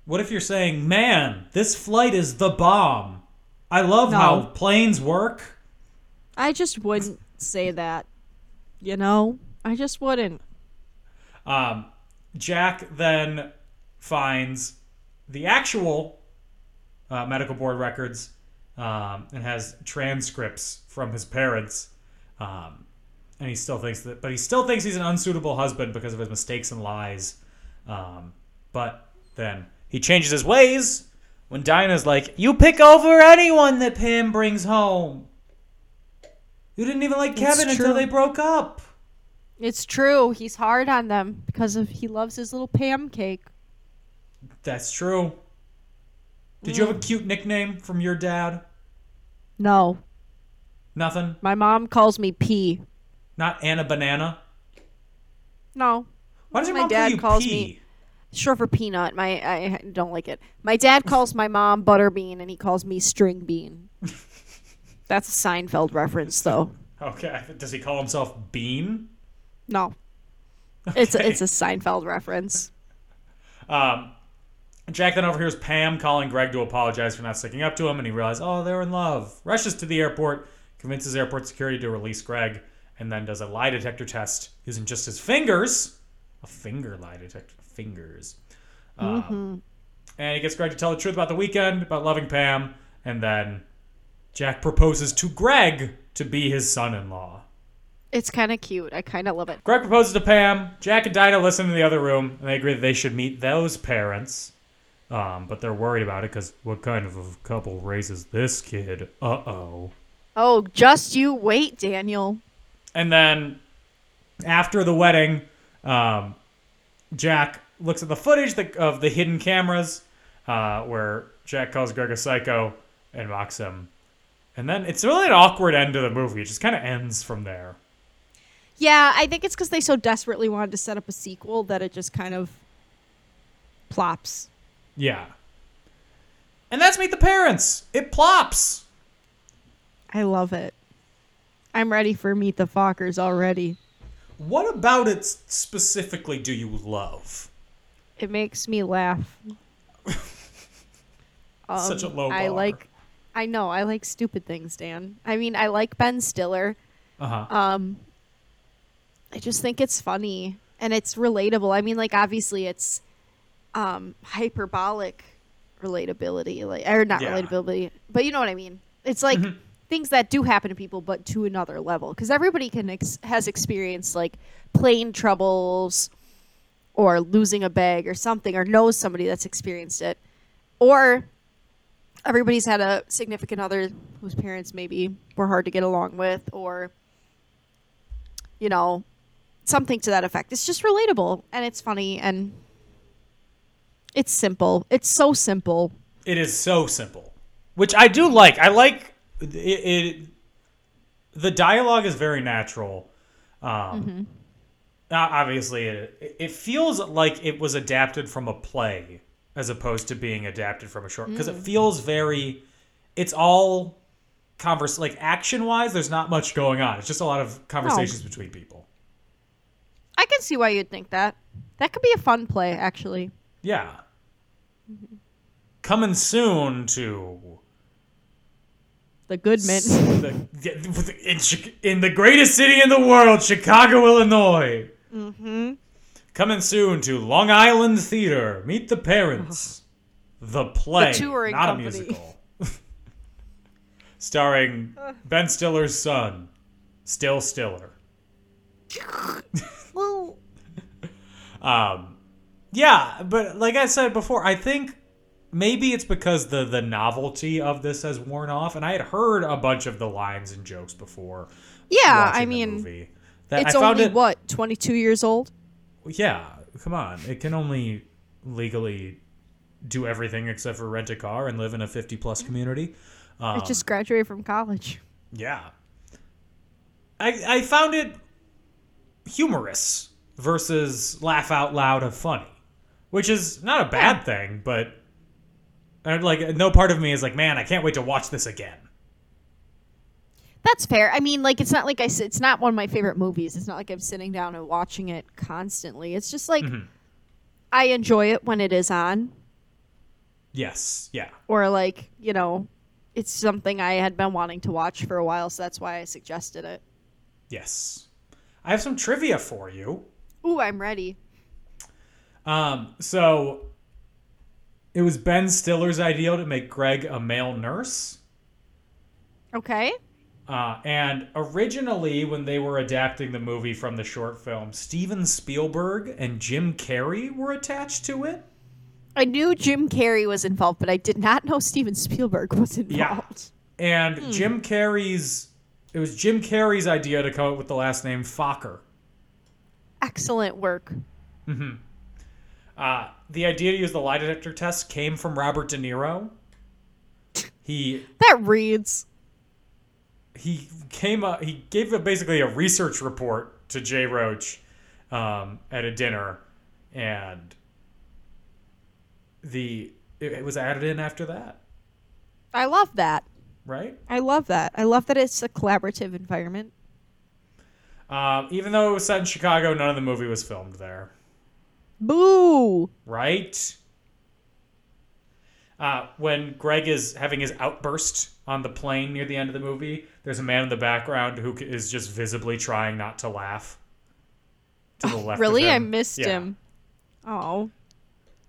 What if you're saying, man, this flight is the bomb? I love how
No.
planes work.
I just wouldn't say that. You know, I just wouldn't.
Um, Jack then finds the actual uh, medical board records um, and has transcripts from his parents. Um, and he still thinks that, but he still thinks he's an unsuitable husband because of his mistakes and lies. Um, but then he changes his ways when Dinah's like, You pick over anyone that Pam brings home. You didn't even like Kevin until
true.
they broke up.
It's true. He's hard on them because of he loves his little Pam cake.
That's true. Did
Hmm.
you have a cute nickname from your dad?
No,
Nothing?
my mom calls me P.
Not Anna Banana?
No,
Why does your
My
mom
dad
call you
calls
P?
me- short for peanut. My I don't like it. My dad calls my mom butterbean and he calls me string bean. That's a Seinfeld reference though.
Okay. Does he call himself Bean?
No. It's a, it's a Seinfeld reference.
Um, Jack then overhears Pam calling Greg to apologize for not sticking up to him, and he realizes, oh, they're in love. Rushes to the airport, convinces airport security to release Greg, and then does a lie detector test using just his fingers. A finger lie detector. Fingers. Um, And he gets Greg to tell the truth about the weekend, about loving Pam, and then Jack proposes to Greg to be his son in law.
It's kind of cute. I kind of love it.
Greg proposes to Pam. Jack and Dinah listen to the other room, and they agree that they should meet those parents. Um, but they're worried about it because what kind of a couple raises this kid? Uh oh.
Oh, just you wait, Daniel.
And then after the wedding, um, Jack looks at the footage that, of the hidden cameras uh, where Jack calls Greg a psycho and mocks him. And then it's really an awkward end to the movie. It just kind of ends from there.
Yeah, I think it's cuz they so desperately wanted to set up a sequel that it just kind of plops.
Yeah. And that's Meet the Parents. It plops.
I love it. I'm ready for Meet the Fockers already.
What about it s- specifically do you love?
It makes me laugh. um,
Such a low
I
bar.
like. I know. I like stupid things, Dan. I mean, I like Ben Stiller.
Uh-huh.
Um, I just think it's funny and it's relatable. I mean, like obviously it's um hyperbolic relatability, like or not
Yeah.
relatability, but you know what I mean. It's like things that do happen to people, but to another level because everybody can ex- has experienced like plane troubles or losing a bag or something or knows somebody that's experienced it or everybody's had a significant other whose parents maybe were hard to get along with or you know something to that effect it's just relatable and it's funny and it's simple it's so simple
It is so simple, which I do like. I like it. it the dialogue is very natural. Um,
Mm-hmm.
o- Obviously, it, it feels like it was adapted from a play as opposed to being adapted from a short because
Mm.
it feels very. It's all converse like action wise. There's not much going on. It's just a lot of conversations between people.
i can see why you'd think that that could be a fun play actually
Yeah. Coming soon to
the goodman
the, the- in, Chi- in the greatest city in the world, Chicago, Illinois. Mm-hmm. Coming soon to Long Island Theater. Meet the parents. The play,
The touring
not
company.
a musical. Starring Ben Stiller's son, Still Stiller.
well
Um, yeah, but like I said before, I think maybe it's because the the novelty of this has worn off, and I had heard a bunch of the lines and jokes before.
yeah
watching the
i mean
movie, that
it's
I found
only
it,
what 22 years old
Yeah, come on. It can only legally do everything except for rent a car and live in a 50 plus community. Uh-huh.
i just graduated from college
Yeah. I I found it humorous versus laugh out loud of funny, which is not a bad thing, but I, like no part of me is like, man, I can't wait to watch this again.
That's fair. I mean, like it's not like I s- it's not one of my favorite movies. It's not like I'm sitting down and watching it constantly. It's just like
Mm-hmm.
I enjoy it when it is on
Yes, yeah.
or like, you know, it's something I had been wanting to watch for a while, so that's why I suggested it.
Yes. I have some trivia for you.
Ooh, I'm ready.
Um, so it was Ben Stiller's idea to make Greg a male nurse.
Okay.
Uh, and originally, when they were adapting the movie from the short film, Steven Spielberg and Jim Carrey were attached to it.
I knew Jim Carrey was involved, but I did not know Steven Spielberg was involved.
Yeah. And Jim Carrey's, it was Jim Carrey's idea to come up with the last name Fokker.
Excellent work.
Uh, the idea to use the lie detector test came from Robert De Niro. He
That reads.
he came up he gave a, basically a research report to jay roach um, at a dinner and the it, it was added in after that
I love that.
right
I love that. I love that it's a collaborative environment.
um, even though it was set in chicago none of the movie was filmed there
Boo.
right uh, when greg is having his outburst on the plane near the end of the movie there's a man in the background who c- is just visibly trying not to laugh to the left of
Oh, Really? I
him.
missed
Yeah.
him. Oh.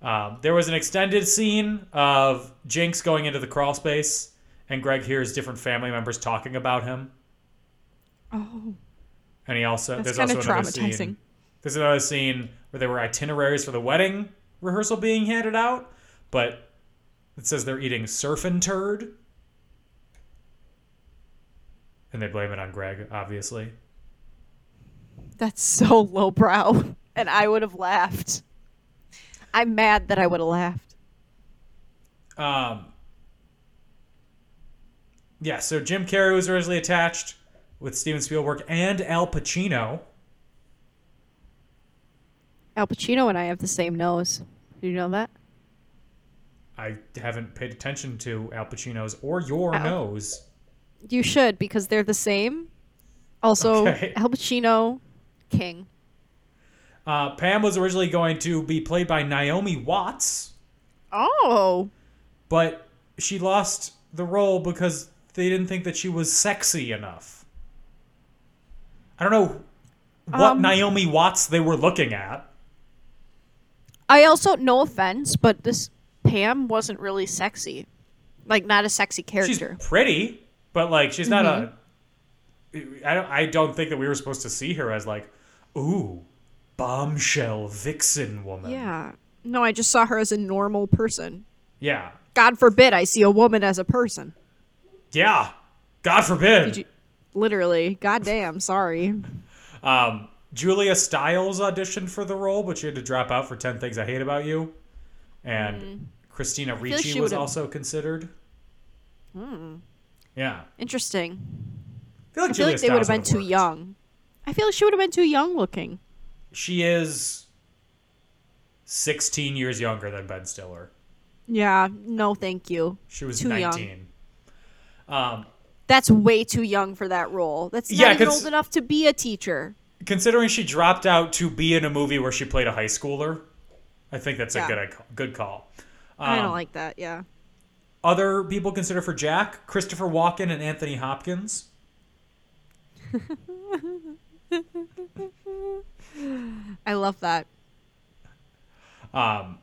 Um, there was an extended scene of Jinx going into the crawl space, and Greg hears different family members talking about him.
Oh.
And he also
That's
there's
kinda
also another
traumatizing.
scene. There's another scene where there were itineraries for the wedding rehearsal being handed out, but it says they're eating surfing turd, and they blame it on Greg, obviously.
That's so lowbrow. And I would have laughed. I'm mad that I would have laughed.
Um, yeah, so Jim Carrey was originally attached with Steven Spielberg and Al Pacino.
Al Pacino and I have the same nose. Do you know that?
I haven't paid attention to Al Pacino's or your
Al-
nose.
You should because they're the same Also,
Okay.
Al Pacino, King.
Uh, Pam was originally going to be played by Naomi Watts,
Oh,
but she lost the role because they didn't think that she was sexy enough. I don't know what
Um,
Naomi Watts they were looking at.
I also no offense, but this Pam wasn't really sexy. Like not a sexy
She's
character.
pretty, but like she's not
Mm-hmm.
a. I don't. I don't think that we were supposed to see her as like, ooh, bombshell vixen woman.
yeah.
No, I just saw her as a normal person.
Yeah.
God forbid I see a woman as a person.
Yeah. God forbid.
Literally. Goddamn, sorry.
Um, Julia Stiles auditioned for the role, but she had to drop out for 10 Things I Hate About You. And Christina
like
Ricci
Hmm. she
was
would've-
also considered. Yeah.
Interesting.
I feel like,
I feel like they would have been too
worked.
young. I feel like she would have been too young looking.
She is 16 years younger than Ben Stiller.
Yeah, no thank you.
She was
Too young.
19. Um,
That's way too young for that role. That's not
Yeah,
even
'cause-
old enough to be a teacher.
considering she dropped out to be in a movie where she played a high schooler, I think that's a
Yeah.
good good call.
I don't
Um,
like that, yeah.
Other people considered for Jack, Christopher Walken and Anthony Hopkins.
I love that.
Um,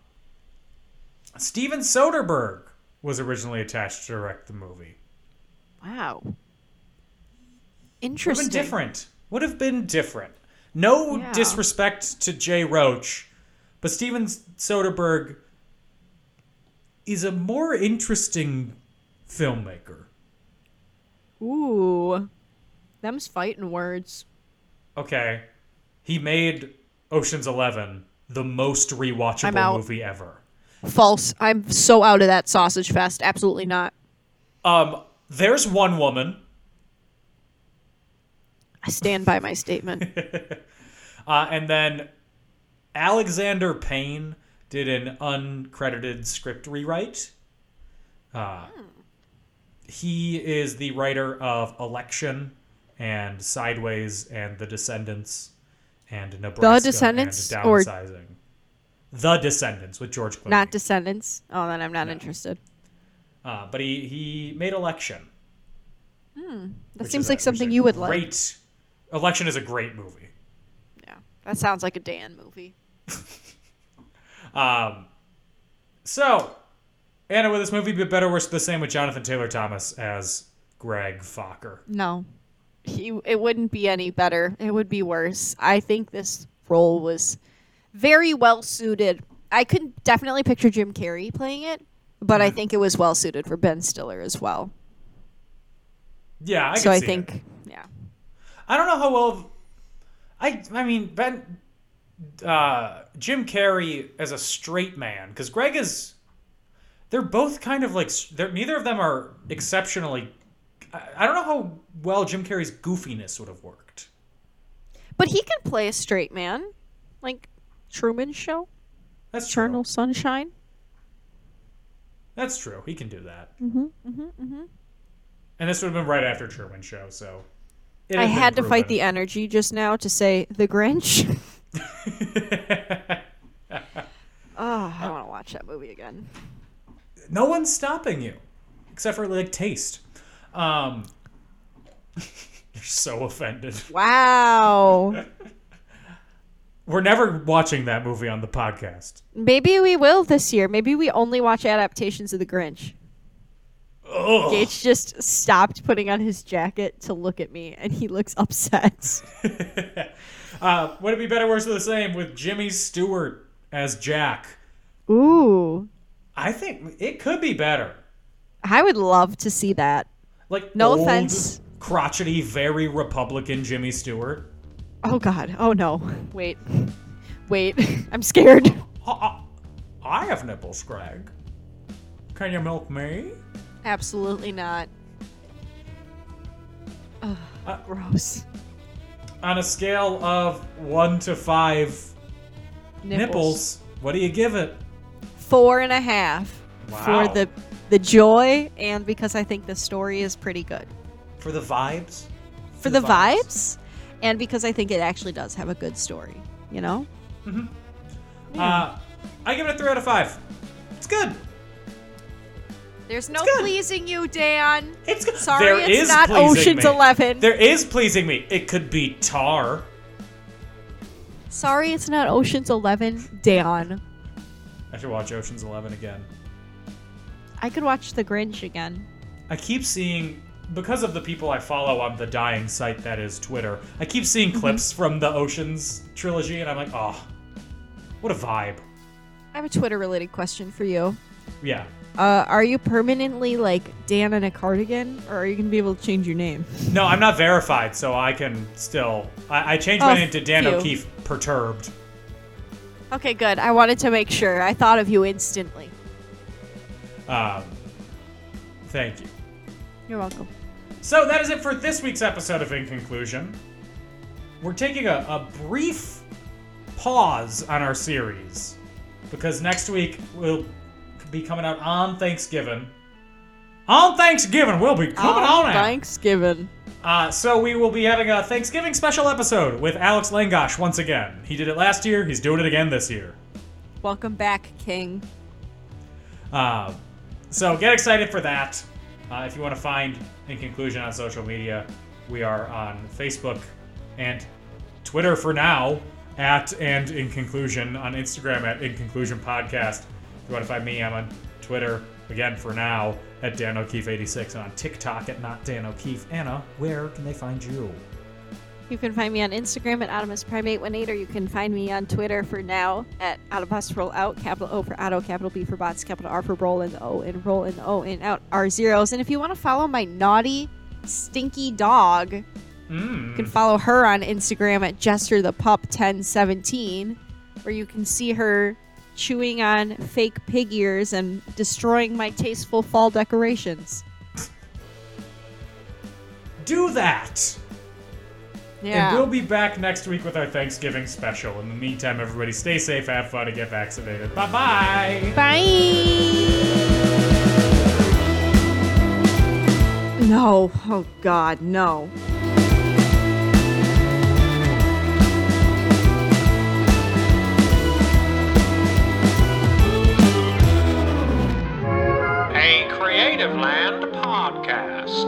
Steven Soderbergh was originally attached to direct the movie.
Wow.
Would have
Interesting.
been different. Would have been different. No
Yeah.
disrespect to Jay Roach, but Steven Soderbergh is a more interesting filmmaker.
Ooh. Them's fighting words.
Okay, he made Ocean's Eleven the most
I'm
rewatchable
out.
movie ever.
False. I'm so out of that sausage fest. Absolutely not.
Um, there's one woman
I stand by my statement.
Uh, and then Alexander Payne did an uncredited script rewrite. Uh, He is the writer of Election and Sideways and The Descendants and Nebraska
Descendants
and
or-
Downsizing. The Descendants with George Clooney.
not Descendants. Oh, then I'm not interested.
uh, but he, he made Election.
That
which
seems
is a-
like
which is
something
a
you would like.
great, like. Election is a great movie.
Yeah. That sounds like a Dan movie.
Um, so, Anna, would this movie be better or worse the same with Jonathan Taylor Thomas as Greg Fokker?
No. He, it wouldn't be any better. It would be worse. I think this role was very well suited. I could definitely picture Jim Carrey playing it, but
Mm-hmm.
I think it was well suited for Ben Stiller as well.
Yeah, I
so
can
I
see
think,
it.
yeah.
I don't know how well. I I mean Ben, uh, Jim Carrey as a straight man because Greg is. They're both kind of like s- they're neither of them are exceptionally. I, I don't know how well Jim Carrey's goofiness would have worked.
But he can play a straight man, like Truman Show,
That's true.
Eternal Sunshine.
That's true. He can do that. Mm-hmm, mm-hmm, mm-hmm. And this would have been right after Truman Show, so. it
I
been
had to fight the
proven.
energy just now to say the Grinch. oh, I want to watch that movie again.
no one's stopping you, except for like taste. Um, you're so offended.
Wow.
We're never watching that movie on the podcast.
Maybe we will this year. Maybe we only watch adaptations of the Grinch.
Ugh.
Gage just stopped putting on his jacket to look at me, and he looks upset.
Uh, would it be better, worse, or the same with Jimmy Stewart as Jack?
Ooh,
I think it could be better.
I would love to see that.
Like
No
old,
offense.
crotchety, very Republican Jimmy Stewart.
Oh God. Oh no. Wait. Wait. I'm scared.
uh, I have nipples, Greg. Can you milk me?
Absolutely not. Ugh,
Uh,
gross.
On a scale of one to five nipples, what do you give it?
Four and a half
Wow.
for the the joy and because I think the story is pretty good.
For the vibes?
for the vibes, and because I think it actually does have a good story. You know,
Uh, I give it a three out of five. It's good.
there's no
good.
pleasing you, Dan.
It's good.
Sorry,
There
it's
is
not
pleasing
Ocean's
me.
Eleven.
There is pleasing me. It could be Tar.
Sorry, it's not Ocean's Eleven, Dan.
I should watch Ocean's Eleven again.
I could watch The Grinch again.
I keep seeing because of the people I follow on the dying site that is Twitter. I keep seeing
Mm-hmm.
clips from the Ocean's trilogy, and I'm like, oh, what a vibe.
I have a Twitter related question for you.
Yeah.
Uh, are you permanently like Dan in a cardigan, or are you gonna be able to change your name?
No, I'm not verified, so I can still. I, I changed
Oh,
my name to Dan
phew.
O'Keefe. Perturbed.
Okay, good. I wanted to make sure. I thought of you instantly.
Um, thank you.
You're welcome.
So that is it for this week's episode of In Conclusion. We're taking a, a brief pause on our series because next week we'll be coming out on Thanksgiving. On Thanksgiving, we'll be coming
Oh,
on out.
Uh, Thanksgiving.
Uh, so we will be having a Thanksgiving special episode with Alex Langosh once again. He did it last year. He's doing it again this year.
Welcome back, King.
Uh, so get excited for that. Uh, if you want to find In Conclusion on social media, we are on Facebook and Twitter for now at and In Conclusion on Instagram at In Conclusion Podcast. If you want to find me, I'm on Twitter again for now at Dan O'Keefe86 and on TikTok at not Dan O'Keefe. Anna, where can they find you?
You can find me on Instagram at Adamus Primate 18 or you can find me on Twitter for now at Adamus Roll Out, capital O for Auto, capital B for Bots, capital R for Roll and O and Roll and O and Out R zeros. And if you want to follow my naughty, stinky dog, you can follow her on Instagram at Jester the Pup 1017, where you can see her chewing on fake pig ears and destroying my tasteful fall decorations.
Do that!
Yeah.
And we'll be back next week with our Thanksgiving special. In the meantime, everybody stay safe, have fun, and get vaccinated. Bye bye!
No. Oh, God, no.
a Creative Land podcast.